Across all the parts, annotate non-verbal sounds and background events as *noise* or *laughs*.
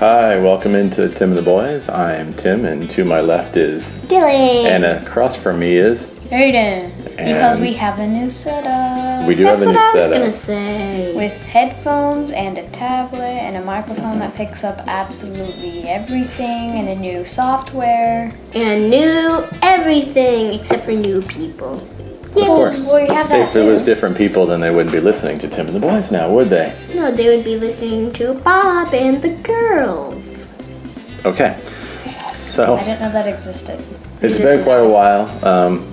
Hi, welcome into Tim and the Boys. I am Tim, and to my left is Dylan. and across from me is Aiden. Because And- we have a new setup. we do That's have a what new I was setup. gonna say. With headphones and a tablet and a microphone that picks up absolutely everything and a new software. And new everything except for new people. Of course. Well, you have that if it was too. different people, then they wouldn't be listening to Tim and the Boys now, would they? No, they would be listening to Bob and the girls. Okay. So I didn't know that existed. it's did been do quite a that. while um,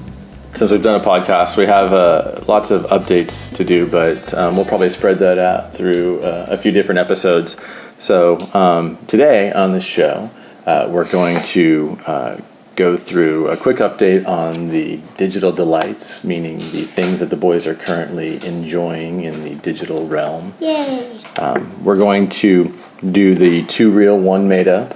since we've done a podcast. We have uh, lots of updates to do, but um, we'll probably spread that out through uh, a few different episodes. So um, today on this show, uh, we're going to uh, go through a quick update on the digital delights, meaning the things that the boys are currently enjoying in the digital realm. Yay. We're going to do the two real, one made up,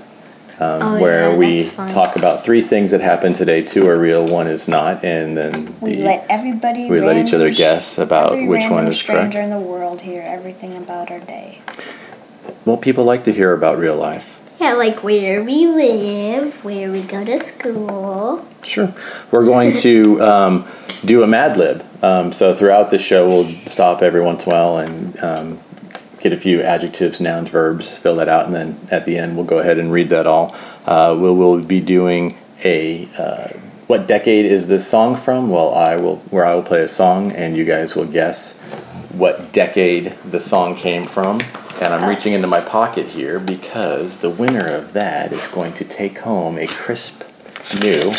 um, Oh, where yeah, we that's fun. talk about three things that happened today. Two are real, one is not, and then the, We let everybody. we let each random other sh- guess about every which one random is correct. stranger in the world hear everything about our day. Well, people like to hear about real life. Yeah, like where we live, where we go to school. Sure. We're going to um, do a Mad Lib. Um, so throughout the show, we'll stop every once in a while and um, get a few adjectives, nouns, verbs, fill that out, and then at the end, we'll go ahead and read that all. Uh, we'll, we'll be doing a uh, what decade is this song from? Well, I will where I will play a song, and you guys will guess what decade the song came from. And I'm reaching into my pocket here because the winner of that is going to take home a crisp new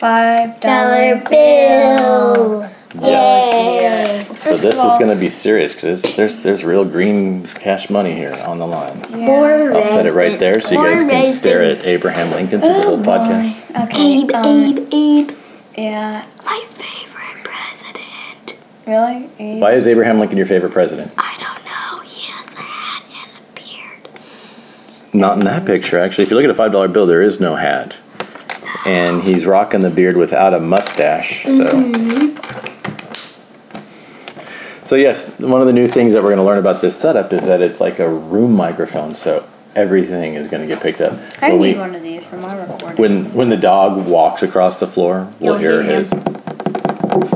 Five Dollar dollar bill. Yeah. So this is going to be serious because there's there's real green cash money here on the line. Yeah. I'll set it right there so you guys can stare at Abraham Lincoln through the Oh, whole podcast. Okay. Abe, um, Abe, Abe. Yeah. My favorite president. Really? Abe? Why is Abraham Lincoln your favorite president? I don't know. He has a hat and a beard. Not in that picture, actually. If you look at a five dollar bill, there is no hat, and he's rocking the beard without a mustache. So. Mm-hmm. So yes, one of the new things that we're going to learn about this setup is that it's like a room microphone, so everything is going to get picked up. But I need we- one of these for my recording. when when the dog walks across the floor, we'll You'll hear hear his.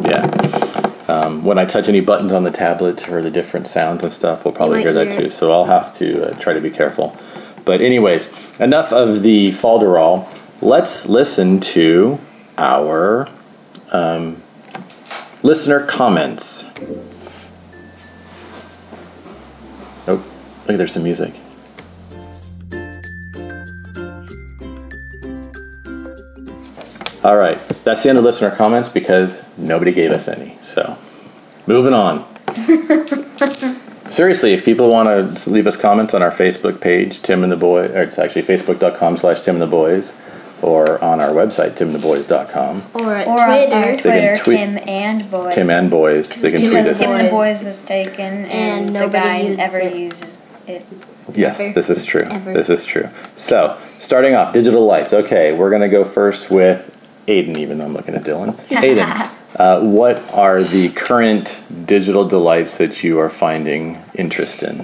Yeah. Um, when I touch any buttons on the tablet or the different sounds and stuff, we'll probably might hear that hear it. too. So I'll have to uh, try to be careful. But anyways, enough of the falderall. Let's listen to our um, listener comments. Oh, look, there's some music. All right, that's the end of listener comments because nobody gave us any. So, moving *laughs* on. Seriously, if people want to leave us comments on our Facebook page, Tim and the Boy, or it's actually facebook.com slash Tim and the Boys, or on our website, timandtheboys.com, Or, at or Twitter. on our can Twitter, tweet- Tim and Boys. Tim and Boys, they can Tim tweet and us. Tim the Boys. Boys was taken, and, the nobody guy uses never it. uses it. Yes, Ever. this is true. Ever. This is true. So, starting off, digital lights. Okay, we're going to go first with Aiden, even though I'm looking at Dylan. Aiden, uh, what are the current digital delights that you are finding interest in?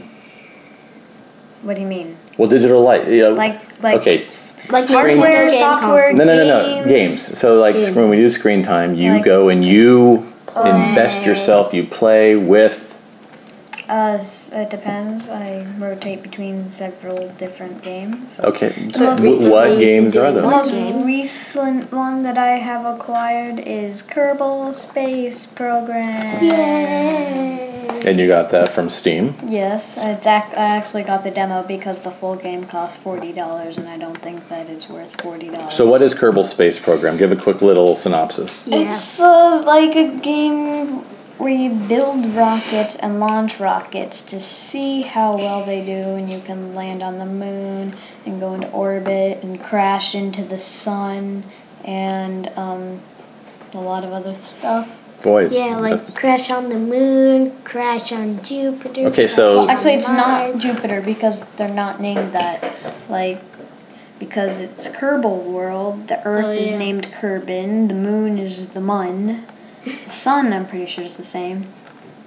What do you mean? Well, digital light. Yeah. Like, like okay. Like Hardware, Nintendo game software, console. No, no, no, no. Games. So, like Games. when we do screen time, you Like- go and you invest yourself. You play with. uh, s- it depends. I rotate between several different games. Okay. So w- what recently you games are did The those? most game. recent one that I have acquired is Kerbal Space Program. Yay! And you got that from Steam. Yes, it's ac- I actually got the demo because the full game costs forty dollars, and I don't think that it's worth forty dollars. So, what is Kerbal Space Program? Give a quick little synopsis. Yeah. It's uh, like a game where you build rockets and launch rockets to see how well they do, and you can land on the moon and go into orbit and crash into the sun and um, a lot of other stuff. Boy. Yeah, that's- like crash on the moon, crash on Jupiter. Okay, crash so- on Well, actually, it's not Mars. Jupiter because they're not named that. Like, because it's Kerbal World, the Earth Oh, is yeah. named *laughs* Kerbin, the Moon is the Mun, the Sun, I'm pretty sure, is the same.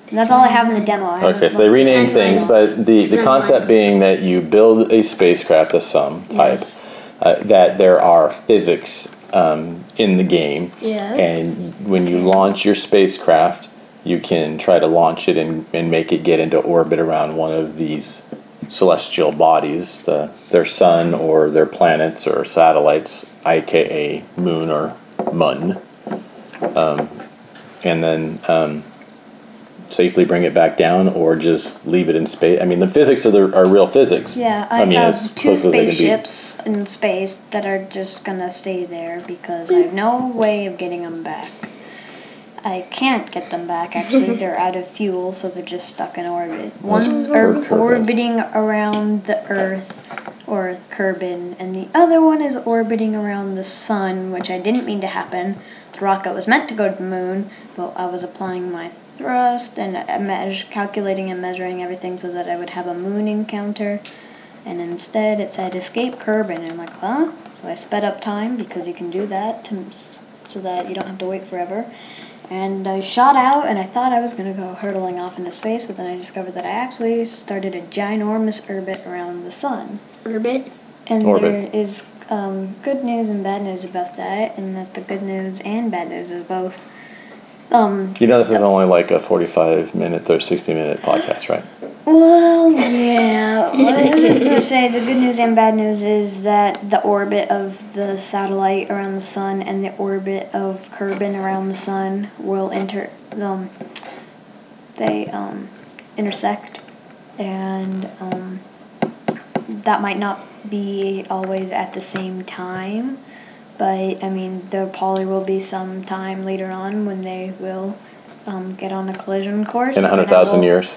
And that's all I have in the demo. I Okay, haven't so they looked. rename Sunlight. things, but the, the Sunlight. concept being that you build a spacecraft of some type, Yes. uh, that there are physics um, in the game. Yes. And when you launch your spacecraft, you can try to launch it and, and make it get into orbit around one of these celestial bodies, the, their sun or their planets or satellites, aka moon or mun. Um, and then um, safely bring it back down or just leave it in space. I mean, the physics are, the, are real physics. Yeah, I, mean, as have two close as they can be. spaceships in space that are just gonna stay there because I have no way of getting them back. I can't get them *laughs* back. Actually, they're out of fuel, so they're just stuck in orbit. One's or or- turbines. orbiting around the Earth or Kerbin, and the other one is orbiting around the Sun, which I didn't mean to happen. The rocket was meant to go to the Moon, but I was applying my thrust and I meas- calculating and measuring everything so that I would have a moon encounter. And instead, it said escape Kerbin. And I'm like, huh? So I sped up time because you can do that to, so that you don't have to wait forever. And I shot out, and I thought I was going to go hurtling off into space, but then I discovered that I actually started a ginormous orbit around the sun. Orbit. And Orbit. there is um, good news and bad news about that, and that the good news and bad news is both. Um, You know, this is only like a 45 minute or 60 minute podcast, right? well, yeah. What I was just going to say, the good news and bad news is that the orbit of the satellite around the sun and the orbit of Kerbin around the sun will inter. Um, they um, intersect, and um, that might not be always at the same time. But I mean, there probably will be some time later on when they will um, get on a collision course. In and I 100,000 will- years.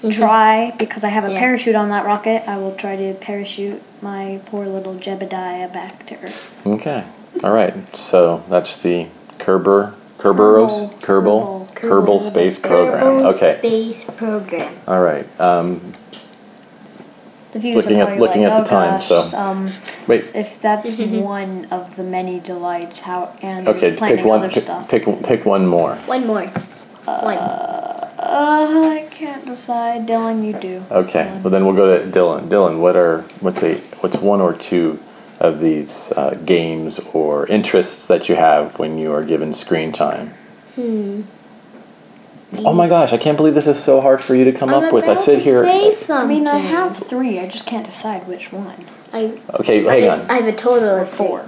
Mm-hmm. try because I have a Yeah. parachute on that rocket. I will try to parachute my poor little Jebediah back to Earth. Okay. All right. So that's the Kerber. Kerberos? Kerbal? Kerbal. Kerbal Kerbal Space Space Program. Kerbal Okay. Space program. All right. Um, If you Looking at- looking at the time, so- um, wait. if that's one of the many delights, how and Okay. planning Pick one. other Pick, stuff. pick pick one more. One more. One. Uh, I can't decide, Dylan. You do. Okay. Well, then we'll go to Dylan. Dylan, what are what's a what's one or two of these uh, games or interests that you have when you are given screen time? Hmm. Oh my gosh! I can't believe this is so hard for you to come I'm up with. I about sit to here. Say I something. mean, I have three. I just can't decide which one. I, Okay, I, hang on. I have a total of Four.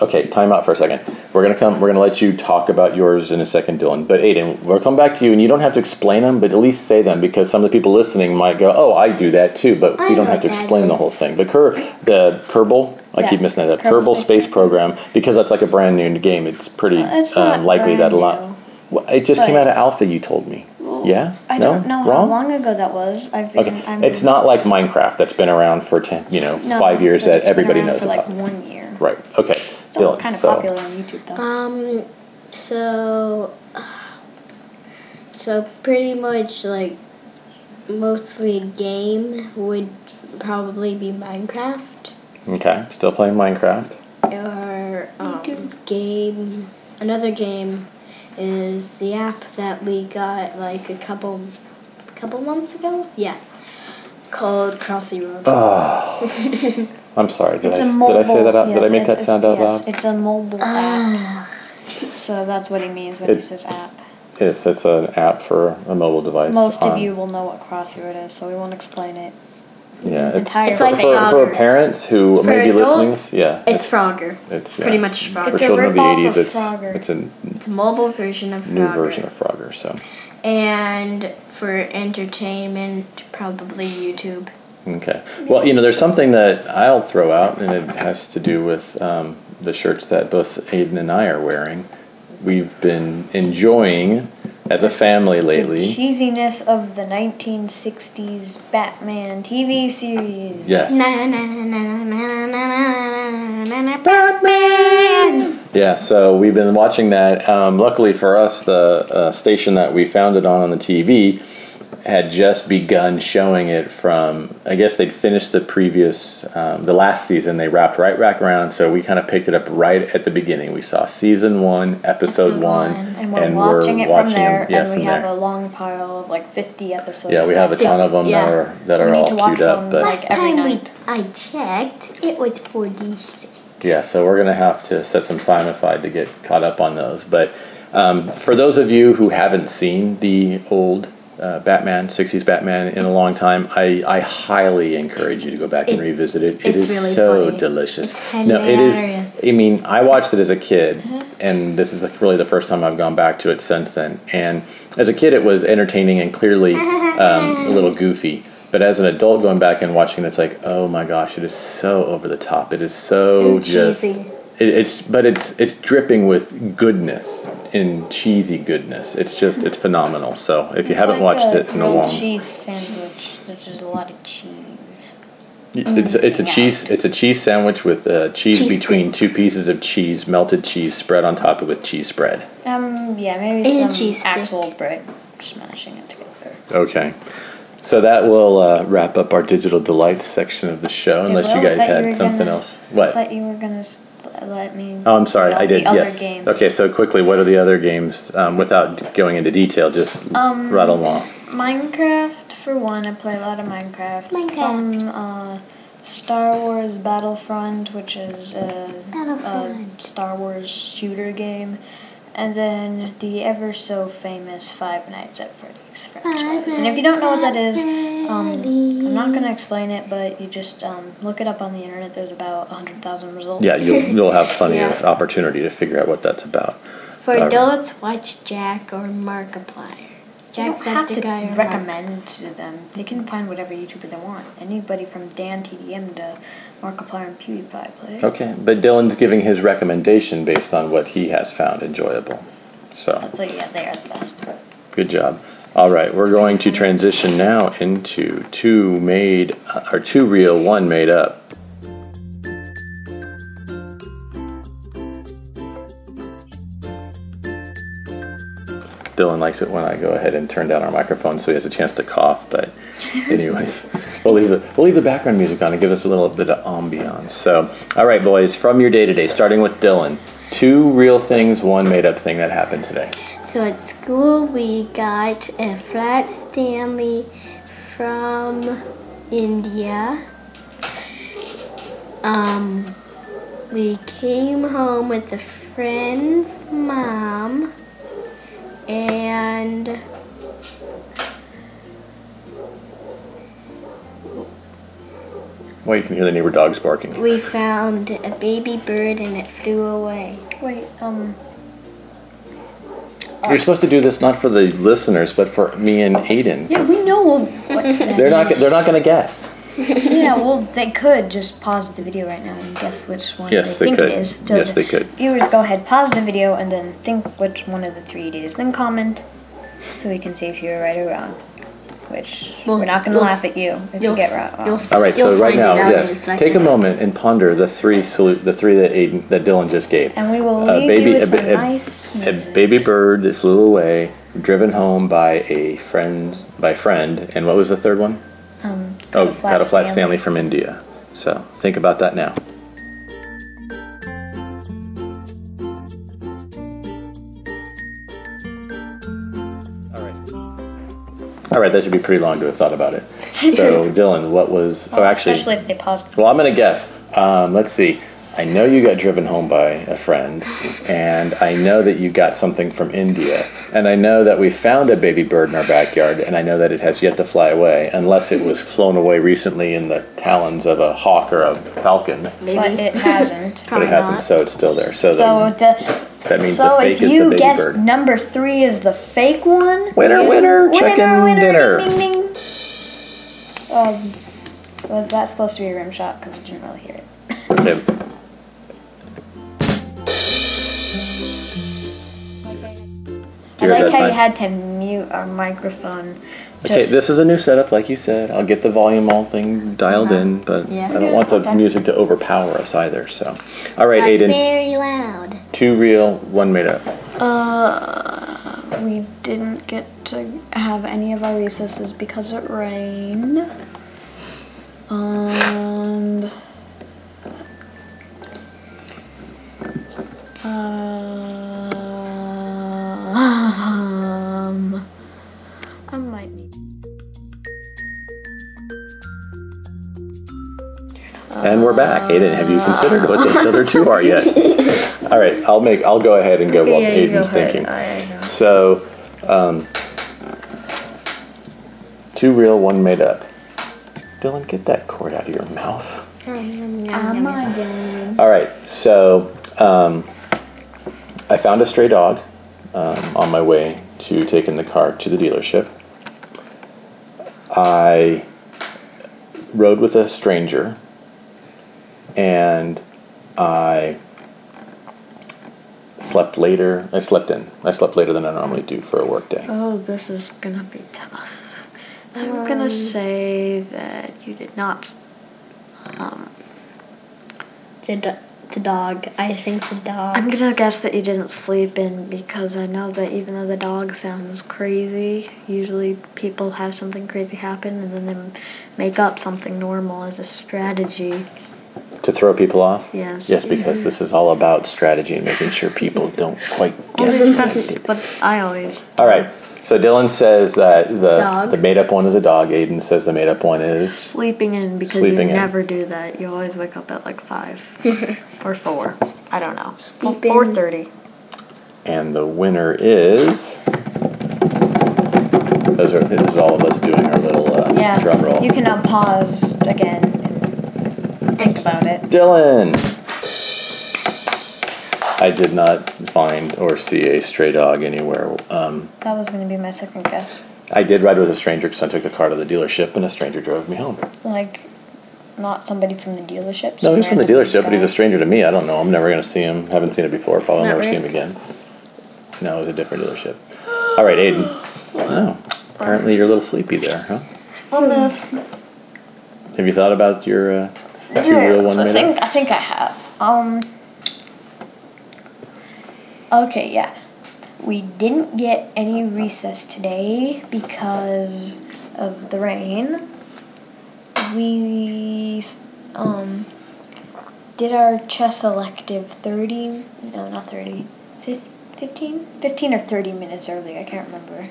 Okay, time out for a second. We're gonna come. We're gonna let you talk about yours in a second, Dylan. But Aiden, we'll come back to you, and you don't have to explain them, but at least say them because some of the people listening might go, "Oh, I do that too," but I we know don't have to what that explain the whole is. thing. But Ker, the Kerbal, I Yeah, keep missing that. Kerbal Kerbal Space Space Program because that's like a brand new game. It's pretty Uh, it's not um, likely that brand a lot. new. Well, it just came But- out of Alpha. You told me. yeah. I no. don't know Wrong. how long ago that was. I've been. Okay, I'm, it's not like Minecraft that's been around for ten, you know, no, five years but that it's been everybody around knows for about. like one year. Right. Okay. Still Dylan. kind of so, popular on YouTube though. Um, so, so pretty much like mostly a game would probably be Minecraft Okay. Still playing Minecraft. or um, game. Another game is the app that we got like a couple, couple months ago. Yeah, called Crossy Road. Ah, I'm sorry. Did, It's I, a s- mobile, did I say that out? did I yes, make that it's- sound out it's- yes, loud? It's a mobile app. Ah. so that's what he means when he It- says app. Yes, it's an app for a mobile device. Most of on- you will know what Crossroad is, so we won't explain it. Yeah, it's, entire It's for, like for, Frogger. for parents who For may be adults, listening. Yeah, it's Frogger. it's, pretty yeah. much for Frogger. It's a children of the rip-off of 80s. It's Frogger. it's a new It's a mobile version of Frogger. version of Frogger. So And for entertainment, probably YouTube. okay. Well, you know, there's something that I'll throw out, and it has to do with um, the shirts that both Aiden and I are wearing. We've been enjoying as a family The lately. cheesiness of the 1960s Batman TV series. Yes. Na na na na na na na na na na Batman. Yeah, so we've been watching that. Um, luckily for us, the uh, station that we found it on on the TV had just begun showing it from. I guess they'd finished the previous, um, the last season. They wrapped right back around, so we kind of picked it up right at the beginning. We saw season one, episode, Episode one, one. And we're watching it from there, them- yeah, and from we have there. a long pile of like 50 episodes. yeah, we have a ton of them Yeah. that are that We are need all to watch queued up, them. but Last every time we night. I checked, it was 46. Yeah, so we're going to have to set some time aside to get caught up on those. But um, for those of you who haven't seen the old uh, Batman, 60s Batman in a long time, I, I highly encourage you to go back and It- revisit it. It it's is really so funny. delicious. It's hilarious. I mean, I watched it as a kid, Uh-huh. and this is like really the first time I've gone back to it since then. And as a kid, it was entertaining and *laughs* clearly um, a little goofy. But as an adult, going back and watching, it, it's like, oh my gosh, it is so over the top. It is so So just. cheesy. It, it's but it's it's dripping with goodness and cheesy goodness. It's just it's phenomenal. So if you haven't watched it in a long, cheese sandwich. There's just a lot of cheese. it's it's a Yeah. cheese it's a cheese sandwich with uh, cheese, Mm. Cheese between sticks. two pieces of cheese, melted cheese spread on top of with cheese spread. Um, yeah, maybe And a some cheese stick. actual bread smashing it together. Okay. So that will uh, wrap up our digital delights section of the show, unless you will, guys but you had were something gonna- else. What? But you were gonna s- let me. Oh, I'm sorry, I about did. The yes. Other games. Okay, so quickly, what are the other games? Um, without going into detail, just Um, rattle them off. Minecraft for one. I play a lot of Minecraft. Minecraft. Some uh, Star Wars Battlefront, which is a, a Battlefront. Star Wars shooter game, and then the ever so famous Five Nights at Freddy's franchise. And if you don't know what that is, um, I'm not gonna explain it, but you just um, look it up on the internet. There's about hundred thousand results. Yeah, *laughs* you'll, you'll have plenty of Yeah. opportunity to figure out what that's about. For Alright. adults, watch Jack or Markiplier. You don't have to Jacksepticeye or Mark. recommend to them. They can find whatever YouTuber they want. Anybody from Dan TDM to Markiplier and PewDiePie play. Okay, but Dylan's giving his recommendation based on what he has found enjoyable. So, But yeah, they are the best. good job. All right, we're going to transition now into two made, or two real, one made up. Dylan likes it when I go ahead and turn down our microphone so he has a chance to cough. But, anyways, we'll leave the we'll leave the background music on and give us a little bit of ambiance. So, all right, boys, from your day to day, starting with Dylan, two real things, one made up thing that happened today. So at school, we got a flat Stanley from India. Um, we came home with a friend's mom, and Well, you can hear the neighbor dogs barking. we found a baby bird and it flew away. Wait, um, You're supposed to do this not for the listeners, but for me and Aiden. yeah, 'cause we know *laughs* what that They're not. is. They're not going to guess. *laughs* Yeah, well, they could just pause the video right now and guess which one Yes, they, they think could. it is. Yes, they could. Viewers, go ahead, pause the video, and then think which one of the three it is. Then comment so we can see if you're right or wrong. Which Well, we're not going to you'll- laugh at you if you you'll- get right wrong. you'll- All right, You'll so right find now, it out in a yes, second. take a moment and ponder the three salute, the three that Aiden, that Dylan just gave. And we will A leave baby- you with a- some a- nice A music. baby bird that flew away, driven home by a friend's by friend, and what was the third one? um, Oh, a flat got a flat Stanley. Stanley from India. So think about that now. All right, all right, that should be pretty long to have thought about *laughs* it. So Dylan, what was? Oh, actually, Especially if they paused. well, I'm gonna guess. Um, let's see. I know you got driven home by a friend, and I know that you got something from India, and I know that we found a baby bird in our backyard, and I know that it has yet to fly away, unless it was flown away recently in the talons of a hawk or a falcon. Maybe. *laughs* But it hasn't. But Probably it hasn't, not. so it's still there. So, so then the Um, that means so the if fake is the you baby guess bird. number three is the fake one. Winner, you- winner, winner, chicken winner, dinner. Ding, ding, ding. Um, was that supposed to be a rim shot? Because I didn't really hear it. Okay. I You heard like that how you time? had to mute our microphone. Okay, Just- this is a new setup, like you said. I'll get the volume all thing dialed in, but Yeah. I don't want the Okay. music to overpower us either. So, all right, Like Aiden, very loud. two real, one made up. Uh, we didn't get to have any of our recesses because it rained. And um, I might need. And we're back. Aiden, have you considered what those other two are yet? All right, I'll make. I'll go ahead and go while Yeah, you go Aiden's ahead. thinking. I know. So, um, two real, one made up. Dylan, get that cord out of your mouth. Um, I'm again. All right, so um, I found a stray dog um, on my way to taking the car to the dealership. I rode with a stranger and I slept later. I slept in. I slept later than I normally do for a work day. Oh, this is gonna be tough. I'm gonna say that you did not. Um, The, do- the dog. I think the dog. I'm gonna guess that you didn't sleep in because I know that even though the dog sounds crazy, usually people have something crazy happen and then they make up something normal as a strategy. To throw people off? Yes. Yes, because this is all about strategy and making sure people don't quite get Always, what they that's did. what I always. All right. So Dylan says that the Dog. the made up one is a dog. Aiden says the made up one is Sleeping in because Sleeping you in. never do that. You always wake up at like five *laughs* or four. I don't know. Sleep in. Four thirty. and the winner is. Those are this is all of us doing our little uh, Yeah. drum roll. You can now pause again and think about it. Dylan. I did not find or see a stray dog anywhere. Um, That was gonna be my second guess. I did ride with a stranger because I took the car to the dealership and a stranger drove me home. Like, not somebody from the dealership. No, he's from the random dealership, but he's guy. a stranger to me. I don't know. I'm never going to see him. Haven't seen it before. Probably never see him again. No, it was a different dealership. All right, *gasps* Aiden. Oh, apparently you're a little sleepy there, huh? Have you thought about your uh, two real one I made think up? I think I have. Um. Okay, yeah. We didn't get any recess today because of the rain. We um did our chess elective 30 no not 30 fif- 15 15 or 30 minutes early i can't remember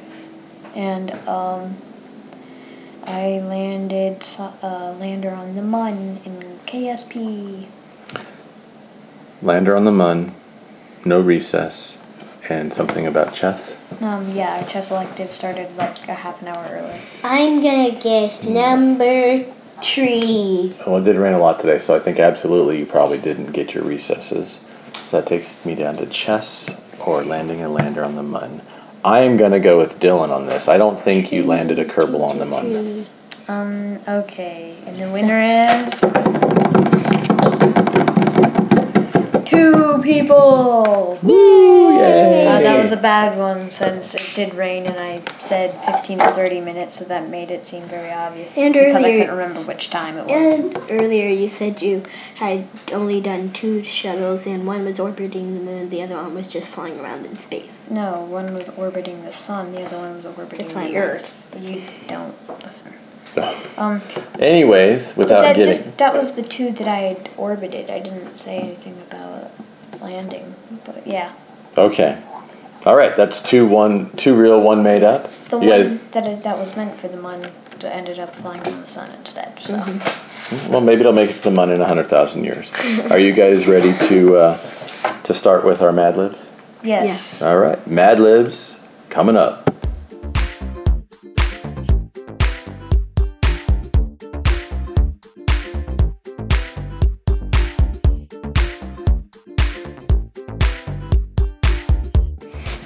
and um I landed so- uh, lander on the Mun in KSP. Lander on the Mun, no recess, and something about chess. Um, yeah, our chess elective started like a half an hour early. I'm gonna guess number three. Well, it did rain a lot today, so I think absolutely you probably didn't get your recesses. So that takes me down to chess or landing a lander on the mun. I am going to go with Dylan on this. I don't think you landed a Kerbal on the mun. *laughs* Um, okay, and the winner is two people. Uh, that was a bad one since it did rain, and I said 15 to 30 minutes, so that made it seem very obvious And because I earlier- couldn't remember which time it was. And earlier you said you had only done two shuttles, and one was orbiting the moon, the other one was just flying around in space. No, one was orbiting the sun, the other one was orbiting That's why the I earth. You don't listen. Um, Anyways, without that, getting. just, that was the two that I had orbited. I didn't say anything about landing, but yeah. Okay. All right, that's two one two real, one made up. The you one guys, that it, that was meant for the moon ended up flying on the sun instead. So well, maybe it'll make it to the mun in hundred thousand years. Are you guys ready to uh, to start with our Mad Libs? yes, All right, Mad Libs coming up.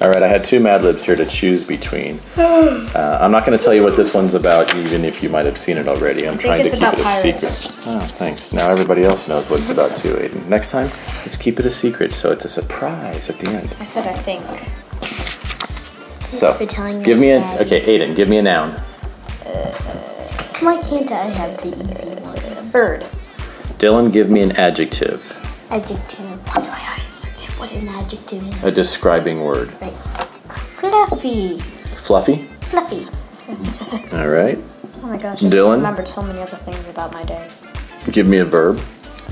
All right, I had two Mad Libs here to choose *gasps* between. Uh, I'm not going to tell you what this one's about, even if you might have seen it already. I'm trying to it's keep about it a pirates. secret. Oh, thanks. Now everybody else knows what it's about too, Aiden. Next time, let's keep it a secret so it's a surprise at the end. I said I think So, for telling give us me a that. okay, Aiden. Give me a noun. Why can't I have the easy one? bird. Dylan, give me an adjective, Adjective. Why do I always forget what an adjective is? a describing word. right. Fluffy. Fluffy. Fluffy. All right. Oh my gosh. Dylan? I remembered so many other things about my day. Give me a verb,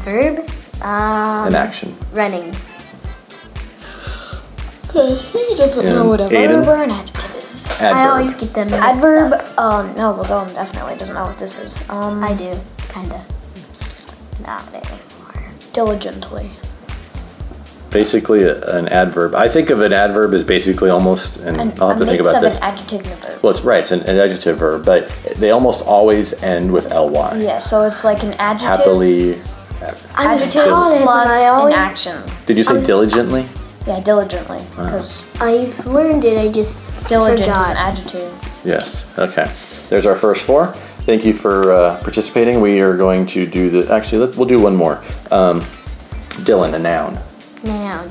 Verb. Um, an action. running. He doesn't And know what a Aiden? verb or an adjective is. I Adverb. always get them mixed Adverb, up. um, no, well, Dylan definitely doesn't know what this is. Um, I do, kinda. Not anymore. diligently. basically, a, an adverb. I think of an adverb as basically almost, and An, I'll have a to think mix about of this. an adjective and a verb. well, it's right. It's an, an adjective verb, but they almost always end with ly. Yeah, so it's like an adjective. Happily. I was adjective taught it, plus but I always. an action. Did you say was- diligently? Yeah, diligently. Because I've learned it. I just diligent is an forgot. adjective. Yes. Okay. There's our first four. Thank you for uh, participating. We are going to do the. Actually, let's, we'll do one more. Um, Dylan, a noun. Noun.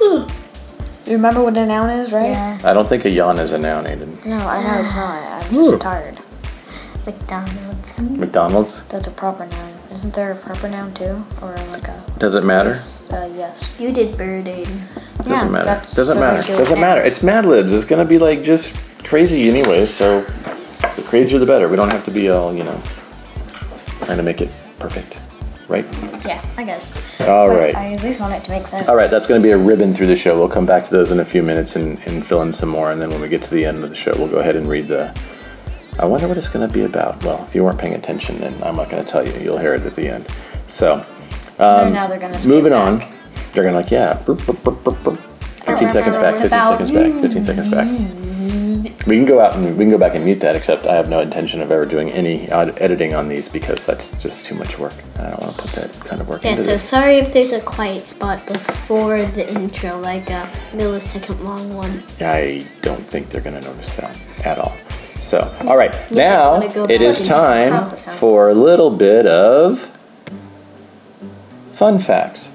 You remember what a noun is, right? Yes. I don't think a yawn is a noun, Aiden. No, I know it's not. I'm Ooh. just tired. McDonald's. McDonald's That's a proper noun. Isn't there a proper noun too? Or like a. doesn't matter. Uh, yes. You did bird aid. Doesn't Yeah, matter. that's- Doesn't that's matter. good. Doesn't matter. It's Mad Libs. It's gonna be like just crazy anyway. So the crazier the better. We don't have to be all you know trying to make it perfect, right? Yeah, I guess. All But right. I at least want it to make sense. All right, that's going to be a ribbon through the show. We'll come back to those in a few minutes and, and fill in some more. And then when we get to the end of the show, we'll go ahead and read the. I wonder what it's going to be about. Well, if you weren't paying attention, then I'm not going to tell you. You'll hear it at the end. So, Right now they're gonna skip um, moving back. on, they're going to like, yeah. burp, burp, burp, burp, burp. 15 seconds back, 15 seconds back, 15 seconds back. We can go out and we can go back and mute that, except I have no intention of ever doing any odd editing on these because that's just too much work. I don't want to put that kind of work Yeah, into so this. sorry if there's a quiet spot before the intro, like a millisecond long one. I don't think they're going to notice that at all. So, all right, I'm now gonna go it is plug in time the sound. for a little bit of fun facts.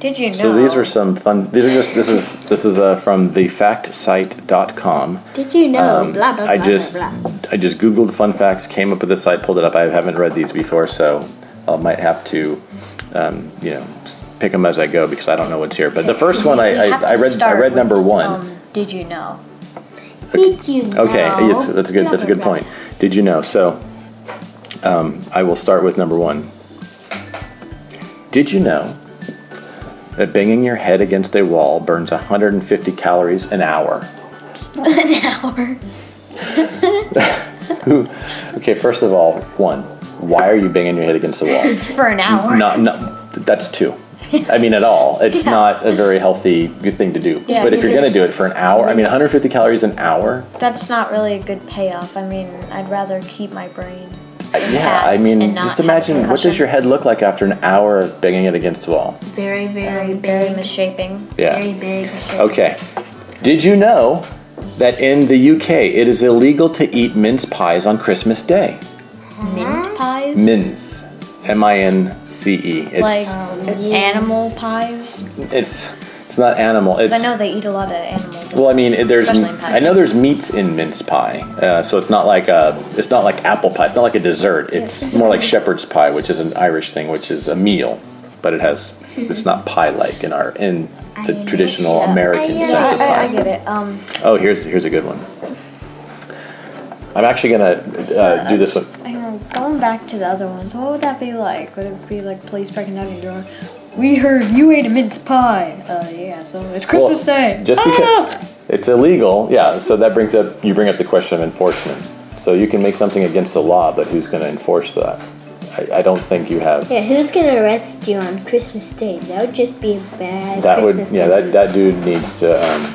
Did you know? So these are some fun. These are just this is this is uh, from thefactsite.com. Did you know? Um, blah blah blah I just blah blah. I just googled fun facts, came up with this site, pulled it up. I haven't read these before, so I might have to, um, you know, s- pick them as I go because I don't know what's here. But the first one You I, I, have to I read I start read with, number one. Um, did you know? Did you know? Okay, it's, that's a good that's a good point. Did you know? So, um, I will start with number one. Did you know that banging your head against a wall burns 150 calories an hour? An hour. Okay, first of all, one, why are you banging your head against the wall? *laughs* For an hour. not, not th- that's two. I mean, at all, *laughs* it's not a very healthy good thing to do. Yeah, but if if you're gonna it's- do it for an hour, I mean, 150 calories an hour. That's not really a good payoff. I mean, I'd rather keep my brain. Uh, Yeah, I intact mean, and not just have imagine what does concussion. your head look like after an hour of banging it against the wall? Very very and big. very misshaping. Very Yeah. big. Okay. Did you know that in the UK it is illegal to eat mince pies on Christmas Day? Mint pies, Mince. M I N C E. like It's animal pies. it's it's not animal. It's 'Cause I know they eat a lot of animals. well, I mean, it- there's Especially in pies. I know there's meats in mince pie, uh, so it's not like a it's not like apple pie. It's not like a dessert. It's more like shepherd's pie, which is an Irish thing, which is a meal, but it has it's not pie like in our in the traditional American Yeah, sense of pie. I, I get it. Um, Oh, here's here's a good one. I'm actually gonna uh, do this one. hang on, going back to the other ones, what would that be like? Would it be like police breaking down your door? We heard you ate a mince pie. Uh, yeah, so it's Christmas Day. Just because Ah! it's illegal, yeah. So that brings up you bring up the question of enforcement. So you can make something against the law, but who's gonna enforce that? I, I don't think you have. Yeah, who's gonna arrest you on Christmas Day? That would just be a bad that Christmas would yeah. That present. that dude needs to. Um,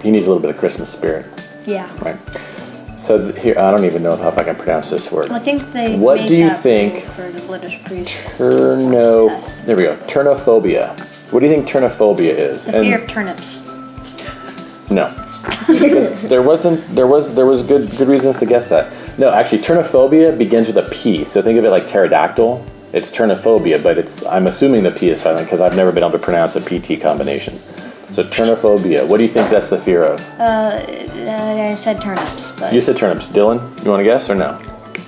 he needs a little bit of Christmas spirit, Yeah. right? So th- here, I don't even know if I can pronounce this word. I think they. What made do you that think- rule For the British priest, Turno. There we go. Turnophobia. What do you think turnophobia is? the fear of turnips. No. But there wasn't. There was. There was good. Good reasons to guess that. No, actually, turnophobia begins with a P. So think of it like pterodactyl. It's turnophobia, but it's. I'm assuming the P is silent because I've never been able to pronounce a PT combination. So turnophobia. What do you think that's the fear of? Uh, I said turnips, but You said turnips. Dylan, you want to guess or no?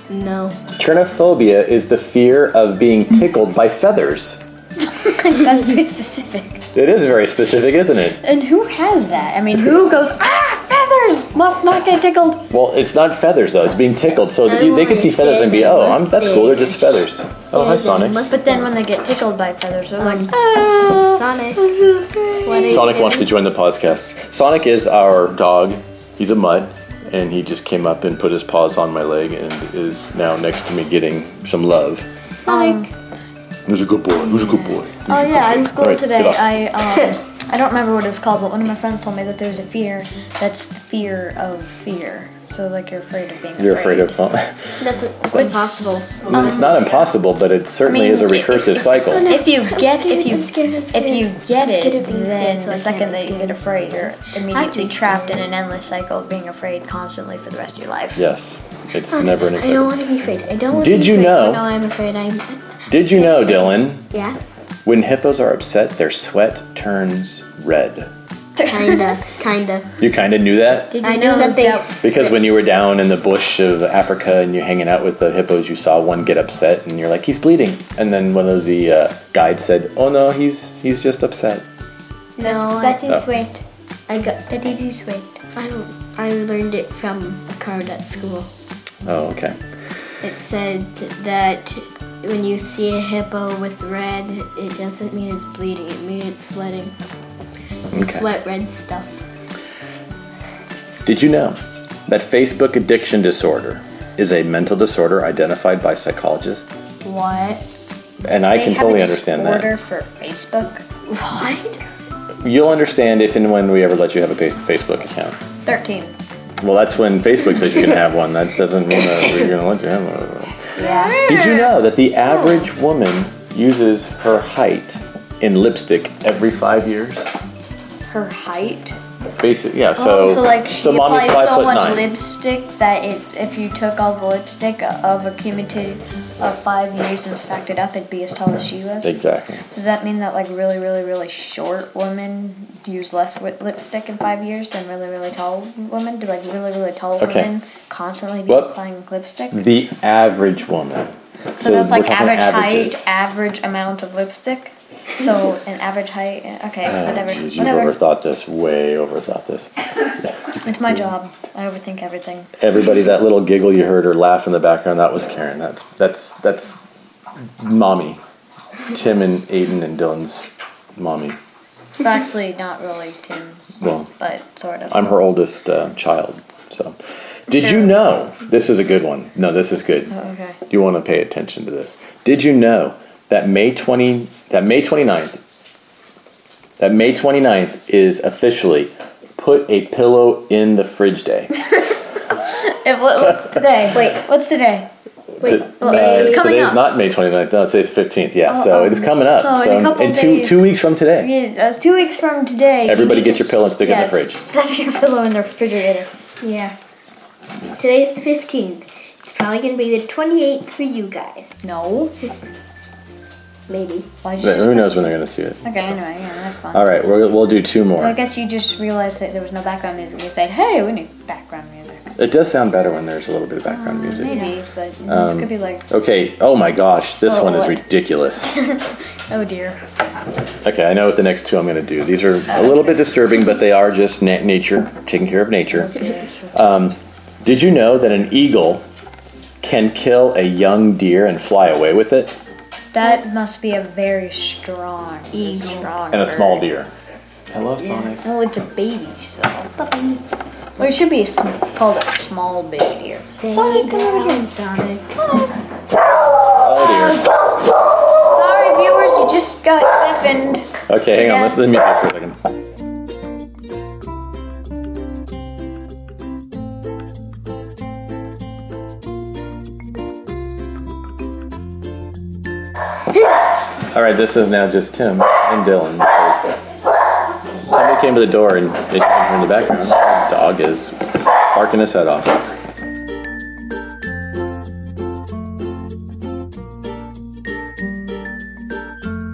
No. Turnophobia is the fear of being tickled by feathers. *laughs* That's pretty specific. It is very specific, isn't it? And who has that? I *laughs* mean, who goes, ah, feathers! Must not get tickled. Well, it's not feathers though. It's being tickled, so that you, they could see feathers and be, oh, I'm, that's cool. They're just feathers. Oh, hi, Sonic. But Then when they get tickled by feathers, they're Mm. like, "Ah, Sonic. *laughs* Sonic wants to join the podcast. Sonic is our dog. He's a mutt, and he just came up and put his paws on my leg and is now next to me getting some love. Sonic. *laughs* Who's a good boy? Who's a good boy? Who's Oh a good yeah, boy? in school All right, today, get off. *laughs* I um, I don't remember what it's called, but one of my friends told me that there's a fear that's the fear of fear. So like you're afraid of being. You're afraid of. That's it's impossible. Mm, it's not impossible, but it certainly is a recursive cycle. If you get if I'm you scared, I'm scared. if you get I'm scared it, of being then scared, so I the can't be second that you scared. get afraid, you're Actually, immediately trapped in an endless cycle of being afraid constantly for the rest of your life. Yes, it's never an I exception. don't want to be afraid. I don't want Did to you be afraid. know- Oh, no, I'm afraid. I'm. Did you know, Dylan? *laughs* Yeah. When hippos are upset, their sweat turns red. Kinda. Kinda. You kind of knew that? Did you I know that they. Because when you were down in the bush of Africa and you're hanging out with the hippos, you saw one get upset and you're like, he's bleeding. And then one of the uh, guides said, oh no, he's he's just upset. No, that I, is sweet. Oh. I got. That is sweet. I, I learned it from a card at school. Oh, okay. It said that when you see a hippo with red, it doesn't mean it's bleeding. It means it's sweating. You Okay. Sweat red stuff. Did you know that Facebook addiction disorder is a mental disorder identified by psychologists? *laughs* What? And I can totally understand that. Order for Facebook. What? You'll understand if and when we ever let you have a pa- Facebook account. Thirteen. Well, that's when Facebook says you can have one. That doesn't mean that you're going to let you have one. Yeah. Did you know that the average woman uses her height in lipstick every five years? Her height. Basically, yeah. So, oh, so like she so mommy's applies five so foot much nine. lipstick that it, if you took all the lipstick of a cumulative of five years and stacked it up, it'd be as tall as she was. exactly. Does that mean that like really, really, really short women use less wi- lipstick in five years than really, really tall women? Do like really, really tall Okay. women constantly be Well, applying lipstick? The average woman. So that's like average averages. height, average amount of lipstick. So an average height. eh, Okay, Oh, whatever. jeez, you've whatever. overthought this. Way overthought this. It's my job. I overthink everything. Everybody, that little giggle you heard or laugh in the background, that was Karen. That's that's that's mommy. Tim and Aiden and Dylan's mommy. Well, Actually, not really Tim's, Well, but sort of. I'm her oldest uh, child. So, did you know? This is a good one. No, this is good. Oh, okay. You want to pay attention to this. Did you know that May 20 that May 29th that May 29th is officially put a pillow in the fridge day. If, what, what's *laughs* today? Wait, what's today? Wait, uh, it's coming today's up. not May 29th. No, today's 15th. Yeah, so oh, it is coming up. so in a couple two days. two weeks from today. Yeah, that's two weeks from today. you Everybody need get to your pillow and stick it in yeah, the *laughs* fridge. Stuff your pillow in the refrigerator. Yeah. Today's the 15th. It's probably gonna be the 28th for you guys. No. Maybe. Why But just, who knows when they're going to see it. *laughs* okay, anyway, yeah, that's fine. All right, we'll, we'll do two more. I guess you just realized that there was no background music. You said, hey, we need background music. It does sound better when there's a little bit of Oh, background music. Um, Maybe, but this could be like, Okay. Oh my gosh, this Oh, one is what? *laughs* ridiculous. oh dear. okay, I know what the next two I'm going to do. These are a little bit disturbing, but they are just na- nature, taking care of nature. Um, did you know that an eagle can kill a young deer and fly away with it, That must be a very strong Eagle. strong and a bird. small deer? Hello, Sonic. Well, it's a baby, so. Well, it should be a sm- called a small baby deer. Sonic, come over here, Sonic. Oh Sorry, viewers, you just got deafened. dear. Okay, hang on. Yeah. Listen to the music for a second. All right, this is now just Tim and Dylan. because Somebody came to the door and they can hear in the background. The dog is barking his head off.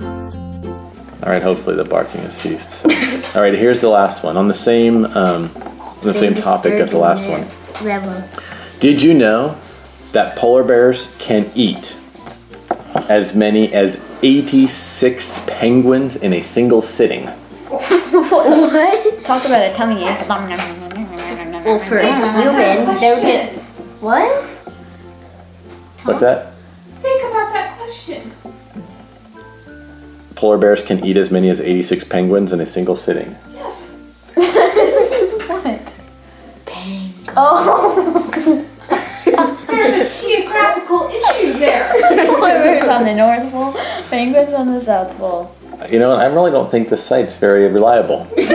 All right, hopefully the barking has ceased. so. All right, here's the last one on *laughs* the same um, on the same, topic as the last one. Level. Did you know that polar bears can eat as many as 86 penguins in a single sitting. What? Talk about a tummy ache. Well, Well, for *laughs* a human, they would get What? What's that? Think about that question. Polar bears can eat as many as 86 penguins in a single sitting. Yes. There's a geographical issue there. Penguins on the North Pole, penguins on the South Pole. You know, I really don't think this site's very reliable. not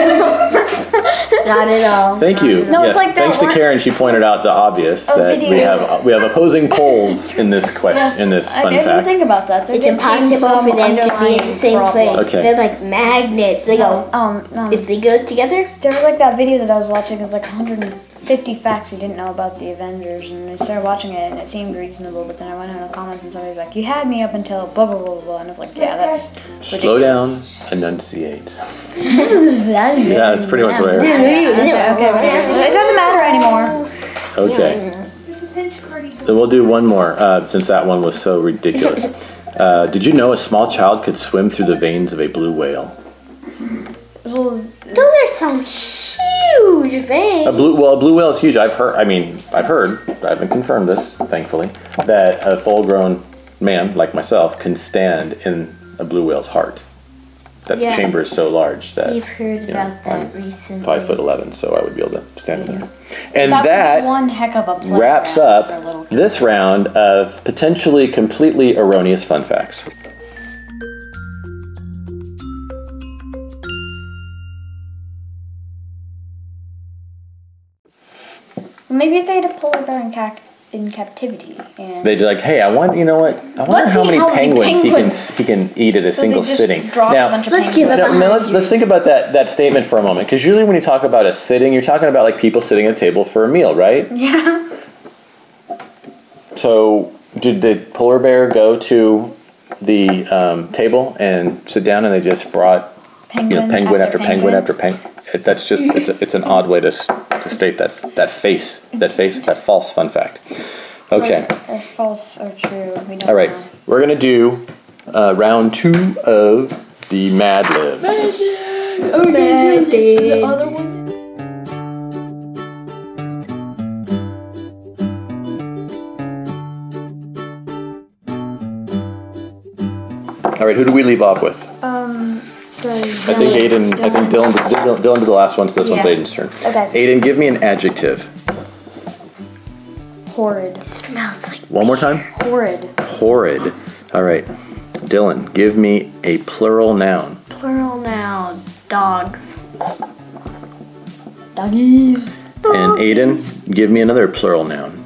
at all. Thank you. No, it's like that Thanks one- Oh, to Karen, she pointed out the obvious that we video. have we have *laughs* opposing poles in this question in this I fun didn't fact. think about that. There It's did seem impossible some for them to be in the underlying same problem. place. Okay. They're like magnets. They go. Um, um, If they go together, there was like that video that I was watching. It was like 150 facts you didn't know about the Avengers, and I started watching it, and it seemed reasonable. But then I went on the comments, and somebody was like, "You had me up until blah blah blah blah," blah," and I was like, "Yeah, that's Slow down, enunciate. yeah, Yeah, that's pretty much what I heard. Okay, okay, okay. It doesn't matter anymore. Okay. There's a bench party. Then we'll do one more, uh, since that one was so *laughs* ridiculous. Uh, did you know a small child could swim through the veins of a blue whale? Well, those are some huge A veins. blue well, a blue whale is huge. I've heard. I mean, I've heard. I haven't confirmed this, thankfully, that a full-grown man like myself can stand in a blue whale's heart. That Yeah. the chamber is so large that We've heard you know, about I'm that recently. five foot eleven, so I would be able to stand in there. And that, was that one heck of a play wraps around for a little up kid. this round of potentially completely erroneous fun facts. Maybe if they had a polar bear in, cact- in captivity and They'd be like, "Hey, I want. You know what? I wonder Let's how see many how many penguins, penguins." he can he can eat at a so they single just sitting." dropped a bunch of let's give penguins. up No, now let's, let's think about that, that statement for a moment. Because usually when you talk about a sitting, you're talking about like people sitting at a table for a meal, right? *laughs* Yeah. So did the polar bear go to the um, table and sit down, and they just brought you know penguin after penguin after penguin? That's just it's, a, it's an odd way to, s- to state that that face that face that false fun fact. Okay. Or false or true. We don't All right, know. we're gonna do uh, round two of the Mad Libs. Did- All right, who do we leave off with? I think Aiden. I think Dylan. Dylan, Dylan did the last one, so this one's Yeah. Aiden's turn. Okay. Aiden, give me an adjective. Horrid. Smells like One more time. Horrid. Horrid. All right, Dylan, give me a plural noun. plural now. Dogs. Doggies. And *laughs* Aiden, give me another plural noun.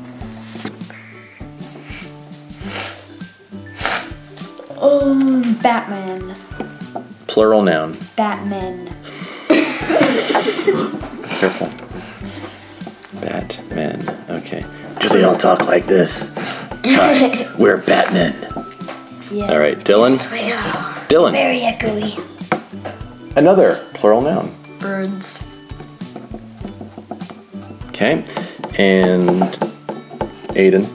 Um, Batman. Plural noun. Batman. Careful. Batman. Okay. Do they all talk like this? Hi, *laughs* we're Batman. Yeah. All right, Dylan. Dylan. Very echoey. Another plural noun. Birds. Okay. And Aiden,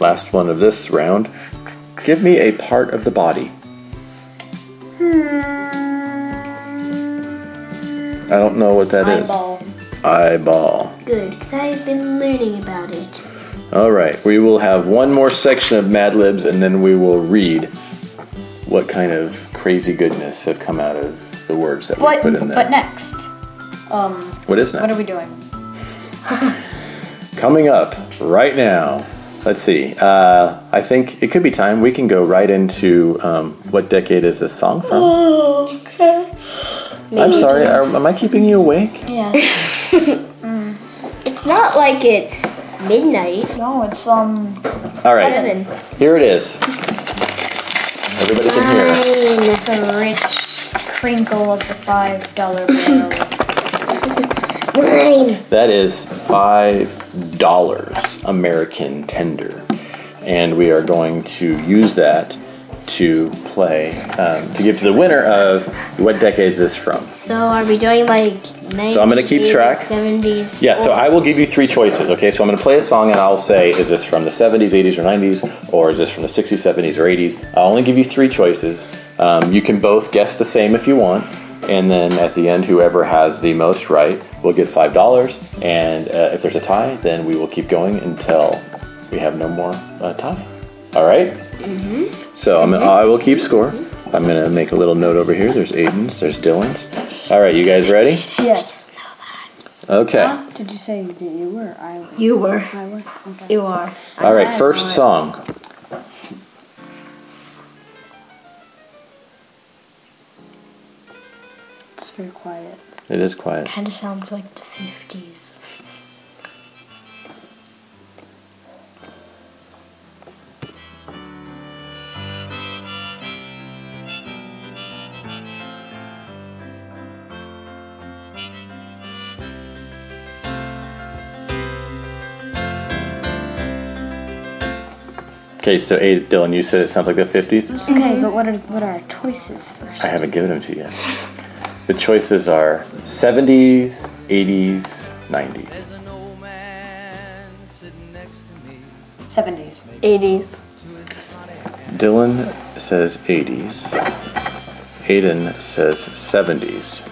last one of this round. Give me a part of the body. Hmm. I don't know what that is. Eyeball. Eyeball. Good, because I've been learning about it. All right, we will have one more section of Mad Libs and then we will read what kind of crazy goodness have come out of the words that What? we put in there. But next. Um, what is next? what are we doing? Coming up right now, let's see. Uh, I think it could be time. We can go right into um, what decade is this song from? okay. I'm sorry. Are, am I keeping you awake? Yeah. It's not like it's midnight. no, it's um. All right. Seven. Here it is. Everybody can hear. it. Nine. The rich crinkle of the five dollar bill. Nine. That is five dollars American tender, and we are going to use that to play um, to give to the winner of what decade is this from? So are we doing like 90s? So I'm gonna keep track. 70s. Yeah, so or- I will give you three choices, okay? So I'm gonna play a song and I'll say, is this from the 70s, 80s, or 90s? Or is this from the 60s, 70s, or 80s? I'll only give you three choices. Um, you can both guess the same if you want. And then at the end, whoever has the most right will get $5. And uh, if there's a tie, then we will keep going until we have no more uh, tie. All right? So I'm, I will keep score. I'm gonna make a little note over here. There's Aiden's, there's Dylan's. All right, you guys ready? Yes. Okay. Did you say that you were? I was. You were. I was. Okay. You are. All right, first song. It's very quiet. It is quiet. Kind of sounds like the 50s. Okay, so A, Dylan, you said it sounds like the 50s. Okay, but what are what are our choices first? I haven't given them to you yet. The choices are 70s, 80s, 90s. There's an old man sitting next to me. Seventies. 80s. Dylan says 80s. Aiden says 70s.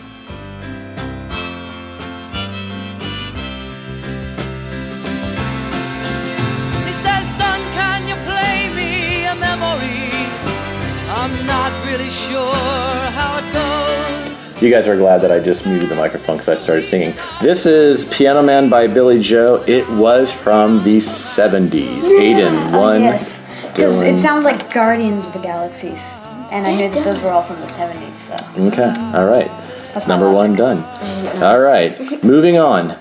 He says, Son, can you play me a memory? I'm not really sure how it goes. You guys are glad that I just muted the microphone because I started singing. This is Piano Man by Billy Joe. It was from the 70s. Aiden, one. Oh, yes, because it Dylan. sounds like Guardians of the Galaxies, and I knew that those were all from the seventies. So Okay, all right. Ah. That's my Number one done. All right, moving on.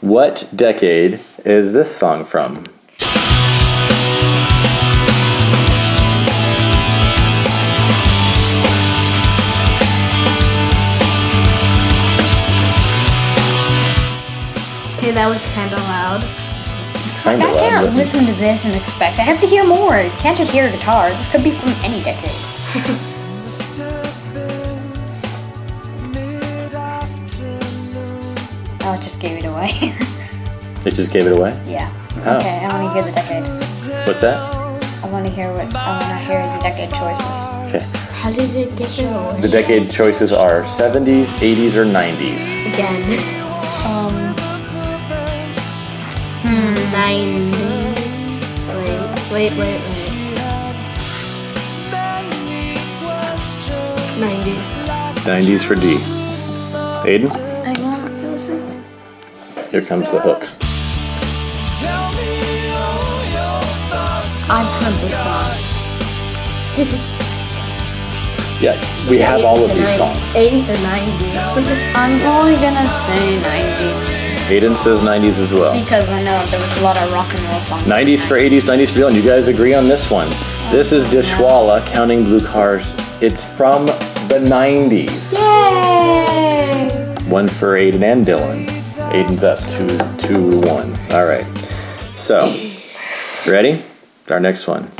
What decade is this song from? Okay, that was kind of loud. Kind I of can't loud. listen to this and expect. I have to hear more. You can't just hear a guitar. This could be from any *laughs* decade. Must have been mid-afternoon. Oh, it just gave it away. *laughs* but It just gave it away. yeah. Oh. Okay, I want to hear the decade. What's that? I want to hear what. I want to hear the decade choices. Okay. How did it get you The decade's choices are 70s, 80s, or 90s. again? Um, hmm, Nine. Wait, wait, wait, wait. 90s. 90s for D. Aiden, I want to listen. here comes the hook. Tell me all your thoughts. I've heard this song. Yeah, we have all of these songs. 80s or 90s. I'm only gonna say nineties Aiden says 90s as well. because I know there was a lot of rock and roll songs. 90s for 80s, 90s for Dylan. You guys agree on this one. This is Dishwalla, Counting Blue Cars. It's from the 90s. One for Aiden and Dylan. Aiden's up two, two, one. All right. So, ready? Our next one.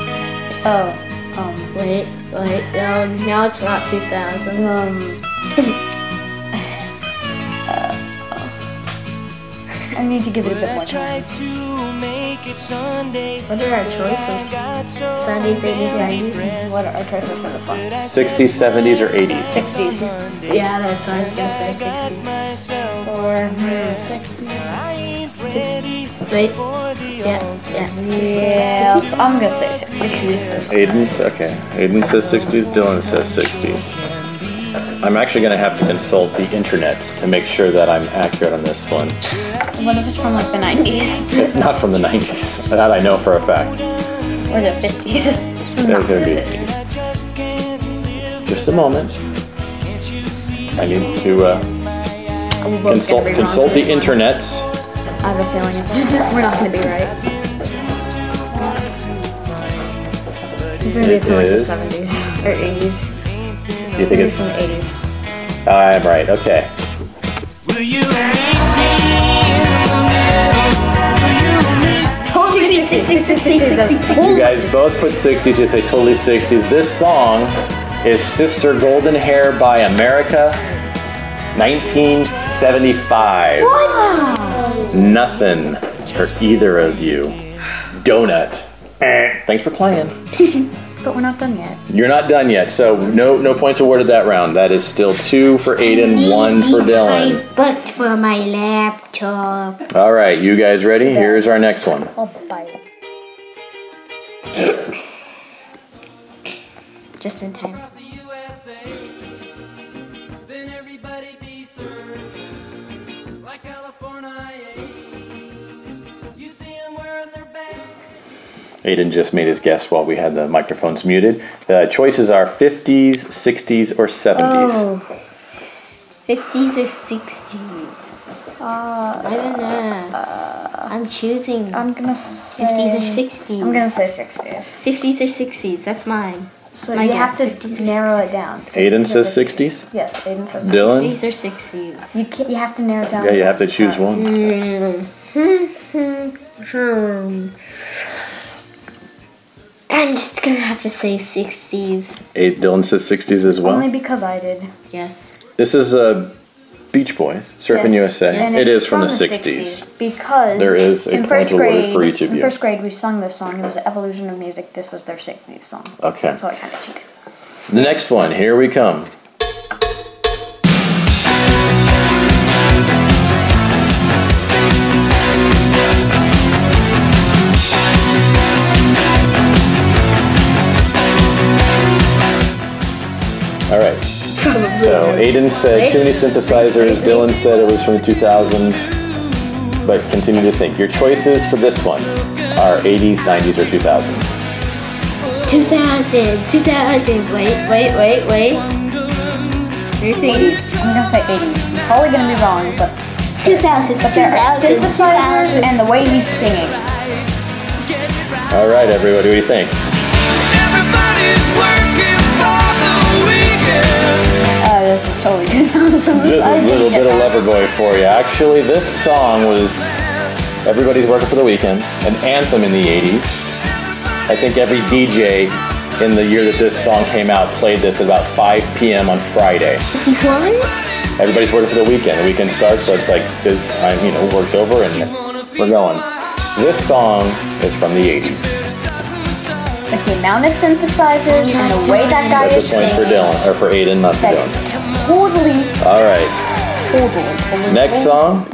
Oh, um, *laughs* Wait, wait, um, no, now it's not 2000. um. I need to give it a bit more time. Tried to make it Sunday. What are our choices? Got so 70s, 80s, 90s? What are our choices for this one? 60s, 70s, or 80s? Sixties Yeah, that's what I was gonna say. 60s. myself. or hmm, sixties? I ain't ready Wait, for the yeah, yeah. 60s. Yeah, so I'm gonna say sixties. Aiden's, okay. Aiden says 60s, Dylan says 60s. I'm actually going to have to consult the internets to make sure that I'm accurate on this one. What if it's from like the nineties It's not from the 90s. *laughs* That I know for a fact. or the fifties? There's going to I just can't live. be just a moment. Can't you see? I need to uh, consult consult the internets. I have a feeling it's- *laughs* we're not gonna be right. It's gonna be It from like the is- seventies or eighties. You think Ah, Maybe from it's the eighties. I'm right. Okay. Will you make me You guys both put 60s. You say totally 60s. This song is Sister Golden Hair by America, 1975. What? Nothing for either of you. Donut. Eh, Thanks for playing. But we're not done yet. You're not done yet, so no no points awarded that round. That is still two for Aiden, one for Dylan. Five bucks for my laptop. All right, you guys ready? Here's our next one. Oh, I'll buy it. Just in time. across the USA, then everybody be served like California. You'd see 'em wearing their bags. Aiden just made his guess while we had the microphones muted. The choices are 50s, 60s, or 70s. Oh. 50s Oh. or 60s? I don't know. Uh, I'm choosing I'm gonna say. 50s or 60s. I'm gonna say 60s. 50s or 60s, that's mine. So My you guess, have 50s to or narrow it down. Aiden says 60s. Yes, Aiden says. 60s. Dylan? 50s or 60s. You can't. You have to narrow it down. Yeah, you have to Uh, choose Mm. one. Hmm. I'm just gonna have to say 60s. Eight, Dylan says 60s as Only well. because I did. Yes. This is uh, Beach Boys, Surfing Yes. USA. And It it's is from the 60s. Because There is a in first point awarded grade, for each of in you. first grade, we sung this song. It was the evolution of music. This was their 60s song. Okay. So I kind of cheated. The next one, here we come. All right. So Aiden said too many synthesizers. Dylan said it was from 2000, but continue to think. Your choices for this one are 80s, 90s, or 2000s. 2000s, 2000s. Wait, wait, wait, wait. Mercedes. I'm gonna say 80s. Probably gonna be wrong, but 2000s, but there are 2000s, synthesizers 2000s. and the way he's singing. All right, everybody, what do you think? Everybody's working for the weekend. Uh, this is totally *laughs* 2000. Just a little bit of Loverboy for you. Actually, this song was Everybody's Working for the Weekend, an anthem in the 80s. I think every DJ in the year that this song came out played this at about 5 p.m. on Friday. Everybody's working for the weekend. The weekend starts, so it's like the time, you know, work's over and we're going. This song is from the 80s. Like the amount of synthesizers and the way that guy is That's a point for singing. Dylan, or for Aiden, not for That is Dylan. totally, All right, totally, totally. next song.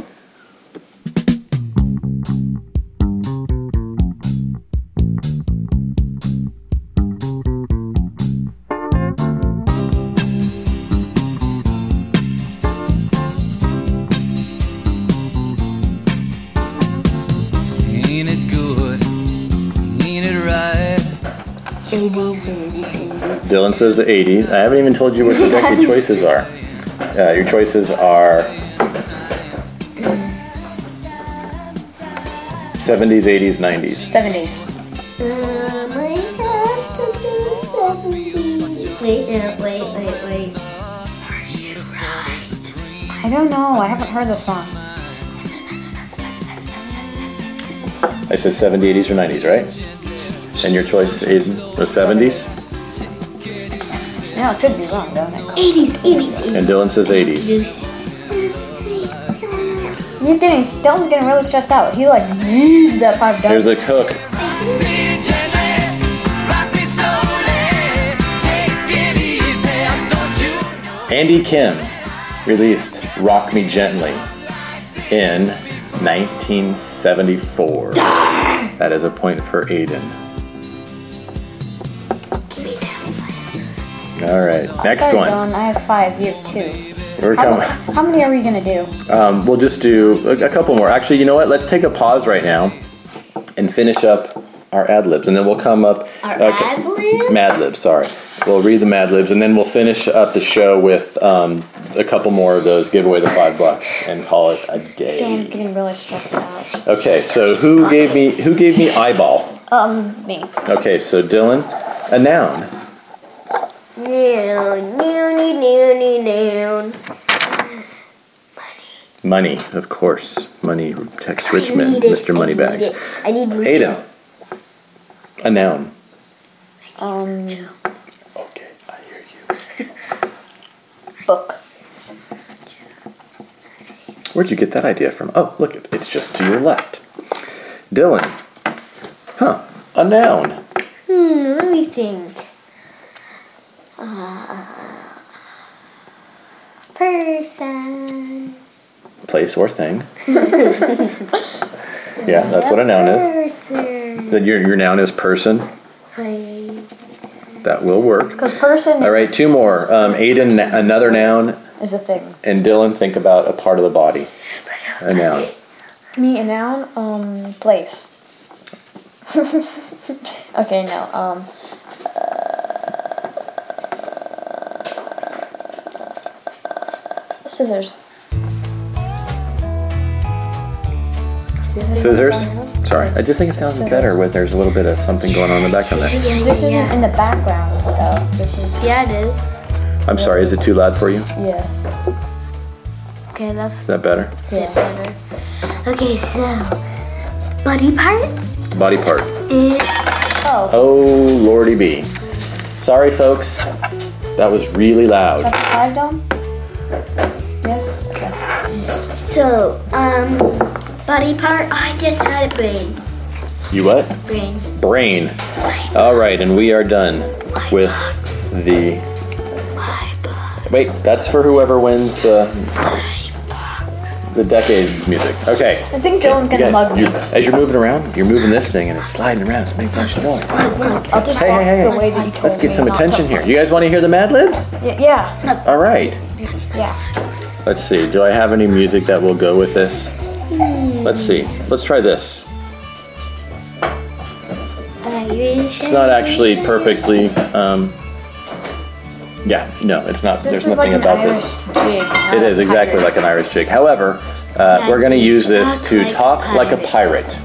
Ain't it good? Ain't it right? 80s, 80s, 80s. Dylan says the 80s. I haven't even told you what your decade choices are. Uh, your choices are 70s, 80s, 90s. 70s. Um, I have to do 70s. Wait, no, wait, wait, wait. I don't know. I haven't heard this song. I said 70s, 80s, or 90s, right? And your choice is the 70s, No, it could be wrong, don't it? 80s, 80s, and Dylan says 80s. 80s. He's getting, Dylan's getting really stressed out. He like used that five Here's dollars. the cook. Be gentle, rock me slowly, take it easy, don't you Andy Kim released Rock Me Gently in 1974. That is a point for Aiden. All right, next Sorry, one. Dylan, I have five. You have two. We're How, coming. how many are we gonna do? Um, we'll just do a, a couple more. Actually, you know what? Let's take a pause right now and finish up our ad libs, and then we'll come up. Our okay, ad libs? Mad libs. Sorry, we'll read the mad libs, and then we'll finish up the show with um, a couple more of those. Give away the five bucks and call it a Dylan's day. getting really stressed out. Okay, so who gave me who gave me eyeball? Um, me. Okay, so Dylan, a noun. Noon, noon, noon, noon. Money, of course. Money, Tex Richmond, Need it, Mr. I need Moneybags. it. I need Aiden, A noun. Um, Okay, I hear you. *laughs* book. Where'd you get that idea from? Oh, look, it- it's just to your left. Dylan. Huh, a noun. Hmm, let me think. Uh, person. Place or *laughs* thing. yeah, that's what a noun is. Person. Then your, your noun is person. Place. That will work. Because person All right, two more. Um, Aiden, another noun. is a thing. And Dylan, think about a part of the body. A noun. Me a noun, um, *laughs* place. okay, no, um. Uh, scissors. Scissors. Scissors? Sorry, I just think it sounds better when there's a little bit of something going on in the background there. Yeah, This yeah, isn't in the background, though. This is, yeah, it is. I'm sorry, is it too loud for you? Is yeah. Okay, that's that better? a bit better. Okay, so body part Body part. is Oh, lordy B. Sorry, folks. That was really loud. Chapter 5, Dom? Yes? Okay. so um body part. I just had a brain. You what? Brain. Brain. All right, and we are done with the. Wait, that's for whoever wins the. The decade music. Okay. I think Dylan's You gonna mug guys, me. you, as you're moving around, you're moving this thing and it's sliding around. It's making a bunch of noise. Oh, I'll just Hey, walk hey, hey. the way that he told Let's get me some not attention to. here. You guys want to hear the Mad Libs? Y- yeah, All right. yeah. Let's see. Do I have any music that will go with this? Hmm. Let's see. Let's try this. It's not actually perfectly. Um, yeah, no, it's not. This there's is like nothing an about Irish this. jig. Uh, It is exactly like an Irish jig. However, uh, we're going to use this to Talk talk like like a a pirate.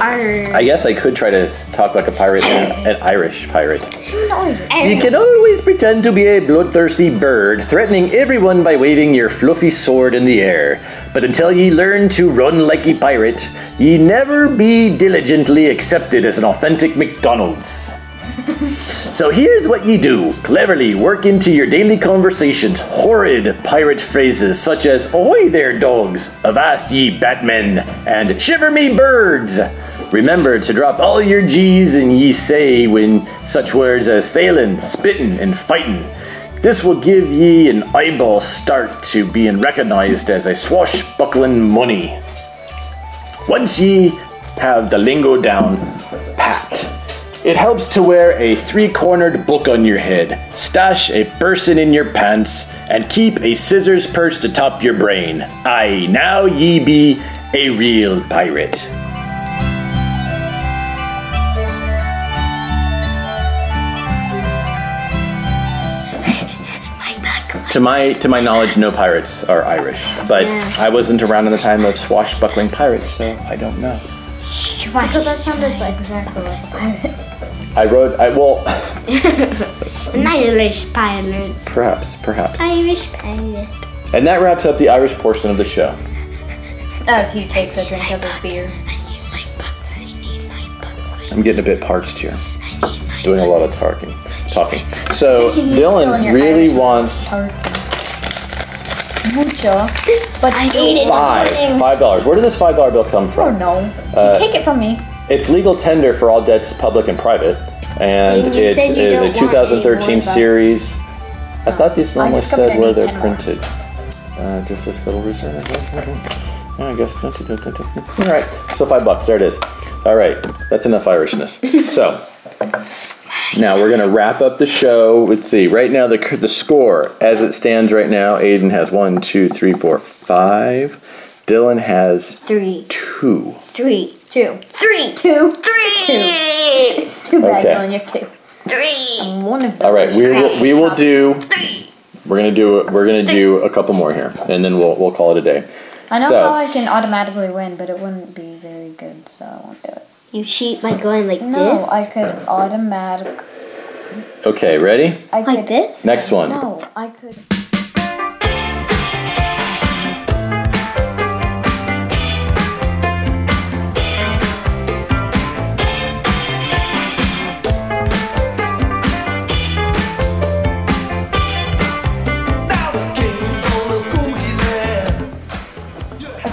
I guess I could try to s- talk like a pirate, and an Irish pirate. You can always pretend to be a bloodthirsty bird, threatening everyone by waving your fluffy sword in the air. But until ye learn to run like a pirate, ye never be diligently accepted as an authentic McDonald's. so here's what ye do cleverly work into your daily conversations horrid pirate phrases such as Ahoy there, dogs! Avast ye, Batmen! And Shiver me, birds! Remember to drop all your G's and ye say when such words as sailin', spittin', and fightin'. This will give ye an eyeball start to being recognized as a swashbuckling money. Once ye have the lingo down, pat. It helps to wear a three cornered book on your head, stash a person in your pants, and keep a scissors purse to top your brain. Aye, now ye be a real pirate. To my to my knowledge, no pirates are Irish, but I wasn't around in the time of swashbuckling pirates, so I don't know. Because that sounded like exactly like I wrote, I well, *laughs* an Irish pilot. perhaps, perhaps. Irish pilot. And that wraps up the Irish portion of the show. As he takes a drink of his beer. I need my bucks. I need my bucks. I'm getting a bit parched here, doing a lot of talking. Talking. So Dylan really wants Mucho. But I ate it. five, five dollars. Where did this five dollar bill come Oh from? no. Uh, you take it from me. It's legal tender for all debts, public and private, and And you it said you is don't a want 2013 any more series. I thought these memos just come in said and where eat they're ten more. printed. Uh, just this Federal Reserve. Yeah, I guess. All right. So five bucks. There it is. All right. That's enough Irishness. So now we're gonna wrap up the show. Let's see. Right now, the the score as it stands right now, Aiden has one, two, three, four, five. Dylan has Three. two. Three. Two. Three. Two. Three. Too bad, Okay. Dylan, you have two. Three. One of them. All right, we will, we will do. We're gonna do we're gonna do a couple more here, and then we'll we'll call it a day. I know so- how I can automatically win, but it wouldn't be very good, so I won't do it. You cheat by going like No, this. I could automatic. Okay, ready? I like could, this. Next one. No, I could. Thank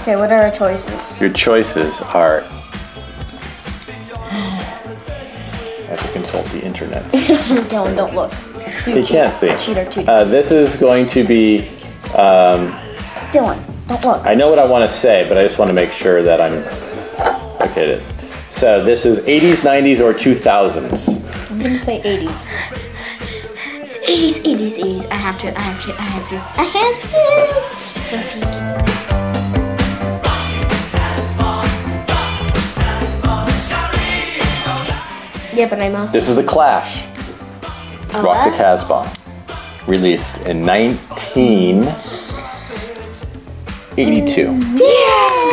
Okay, what are our choices? Your choices are. I have to consult the internet. No, don't look. You can't see. Cheater, cheater. Uh, this is going to be. Dylan, don't look. I know what I want to say, but I just want to make sure that I'm. Okay, it is. So this is 80s, 90s, or 2000s. I'm gonna say 80s. 80s, 80s, 80s. I have to, I have to, I have to, I have to. So if you Yeah, but I'm also. This is The Clash. Rock the Casbah. Released in 1982.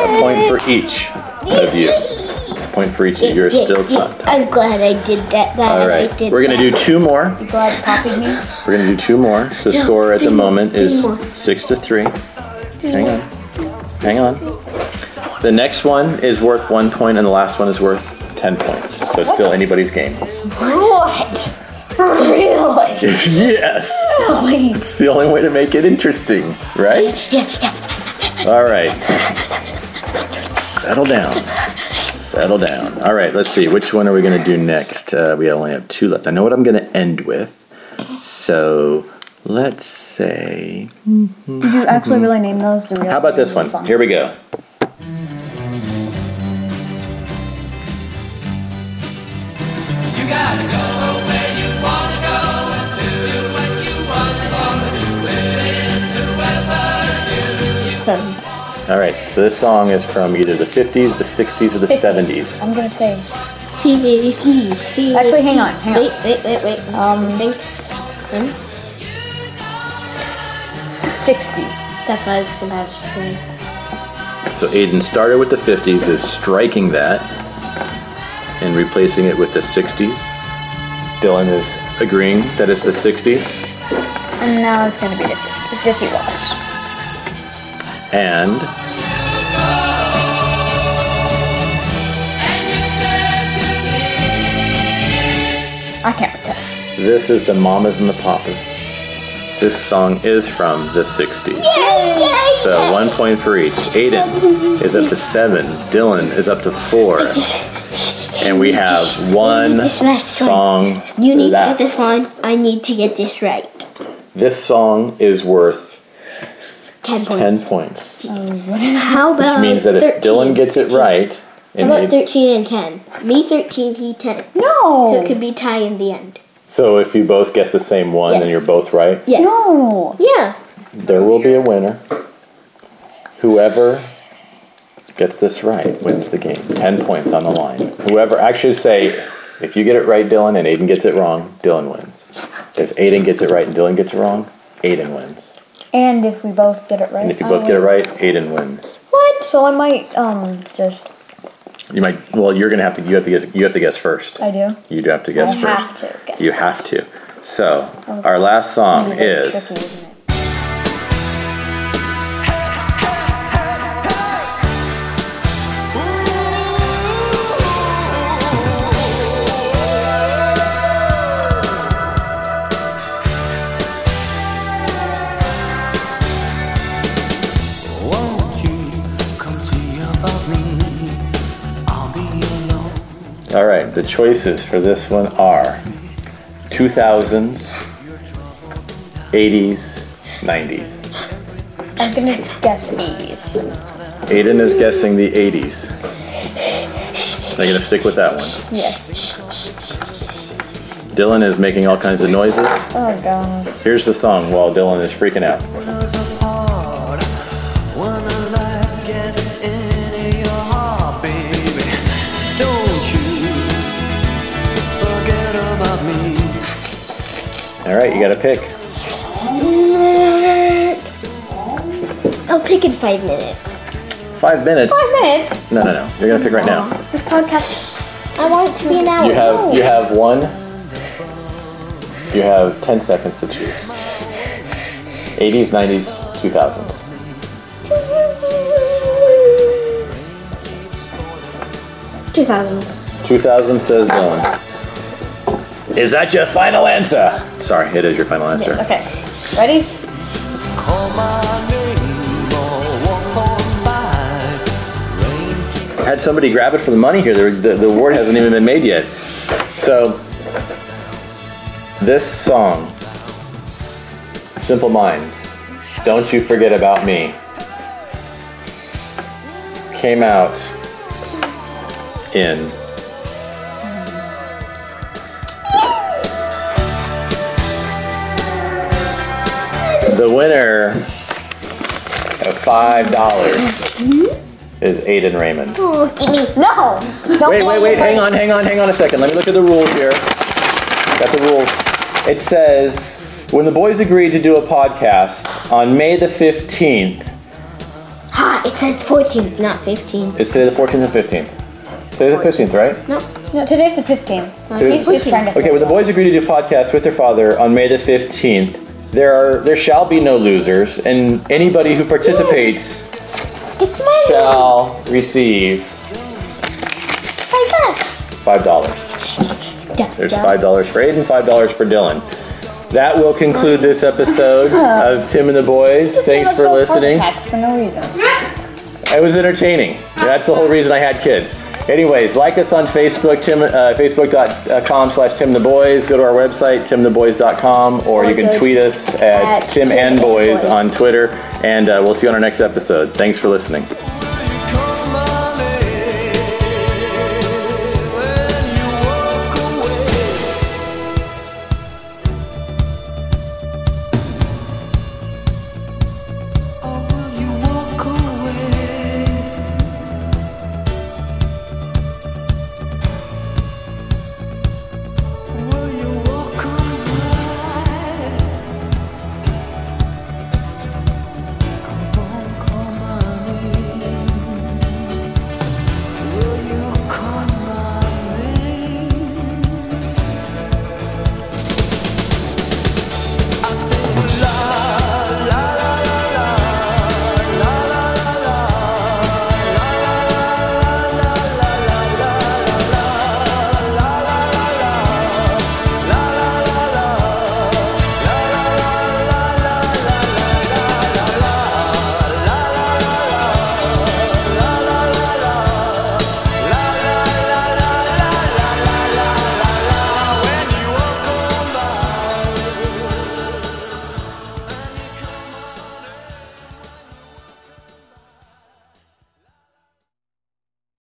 A point for each of you. A point for each of you. You're Yeah, still yeah. top. I'm glad I did that. Glad All I right. did We're going to do two more. Glad Poppy me. We're gonna do two more. So score at the three more, moment three is more. six to three. Hang on. Hang on. The next one is worth one point and the last one is worth ten points. So it's still anybody's game. What? *laughs* Really? yes! It's the only way to make it interesting, right? Alright. Settle down. Settle down. All right, let's see. Which one are we going to do next? Uh, we only have two left. I know what I'm going to end with. So let's say. Did you actually really name those? The real How about this one? Song? Here we go. You gotta go where you wanna go and do what you wanna go and do it with whoever It's from All right, so this song is from either the 50s, the 60s, or the 50s. 70s. I'm gonna say. Please, Actually, hang on, hang on. Wait, wait, wait, wait. Um, Thanks. 60s. That's what I was about to say. So Aiden started with the 50s, is striking that and replacing it with the 60s. Dylan is agreeing that it's the 60s. And now it's gonna be the 50s. It's just you watch. And and you said to I can't pretend. this is the Mamas and the Papas. This song is from the 60s. So one point for each. Aiden is up to seven. Dylan is up to four. *laughs* And we have one this last one. song. You need left. to get this one. I need to get this right. This song is worth Ten ten points. points, How which about means that if 13? Dylan gets it right, Uh, How and about Aiden- thirteen and ten? Me thirteen, he ten. No. So it could be tie in the end. so if you both guess the same one, then Yes. you're both right. Yes. No. Yeah. There will be a winner. Whoever gets this right wins the game. Ten points on the line. Whoever, I should say, if you get it right, Dylan, and Aiden gets it wrong, Dylan wins. If Aiden gets it right and Dylan gets it wrong, Aiden wins. And if we both get it right. And if you both get it right, Aiden wins. What? So I might um just You might. Well, you're gonna have to. You have to guess. You have to guess first. I do. You do have to guess I first. have to guess. You have to. So, our last song It's really is tricky, isn't it? Won't you come see about me? I'll be alone. All right, the choices for this one are 2000s, 80s, 90s. I'm gonna guess 80s. Aiden is guessing the 80s. They're going to stick with that one. Yes. Dylan is making all kinds of noises. Oh god. Here's the song while Dylan is freaking out. us apart. When the light gets into your heart, baby, don't you forget about me. All right, you got to pick. I'll pick in five minutes. Five minutes. Minutes. No, no, no. You're going to pick right now. This podcast. I want it to be an hour. You have you have one. You have 10 seconds to choose. 80s, 90s, 2000s. Two thousand. 2000 says Dylan. Is that your final answer? Sorry, it is your final answer. Okay. Ready? Call my name or walk on by. had somebody grab it for the money here. The, the, the award hasn't even been made yet. So, this song, Simple Minds, Don't You Forget About Me, came out in The winner of five dollars is Aiden Raymond. Oh, Give me no. Don't Wait, be wait, wait! Hang on, hang on, hang on a second. Let me look at the rules here. Got the rules. It says when the boys agreed to do a podcast on May the fifteenth. Ha! It says 14, not 15. Is today the fourteenth and fifteenth? Today's the fifteenth, right? No, today's the 15th. Today's- He's trying to Okay, when the boys agreed to do a podcast with their father on May the 15th, there are there shall be no losers, and anybody who participates It's my shall receive my best. five dollars. There's five dollars for Aiden, five dollars for Dylan. That will conclude this *laughs* episode of Tim and the Boys. Thanks for listening. for no reason. It was entertaining. That's the whole reason I had kids. Anyways, like us on Facebook, Tim, uh, facebook.com slash Tim the Boys. Go to our website, timtheboys.com, or you can tweet us at, at Tim Tim and and Boys Boys. on Twitter. And uh, we'll see you on our next episode. Thanks for listening.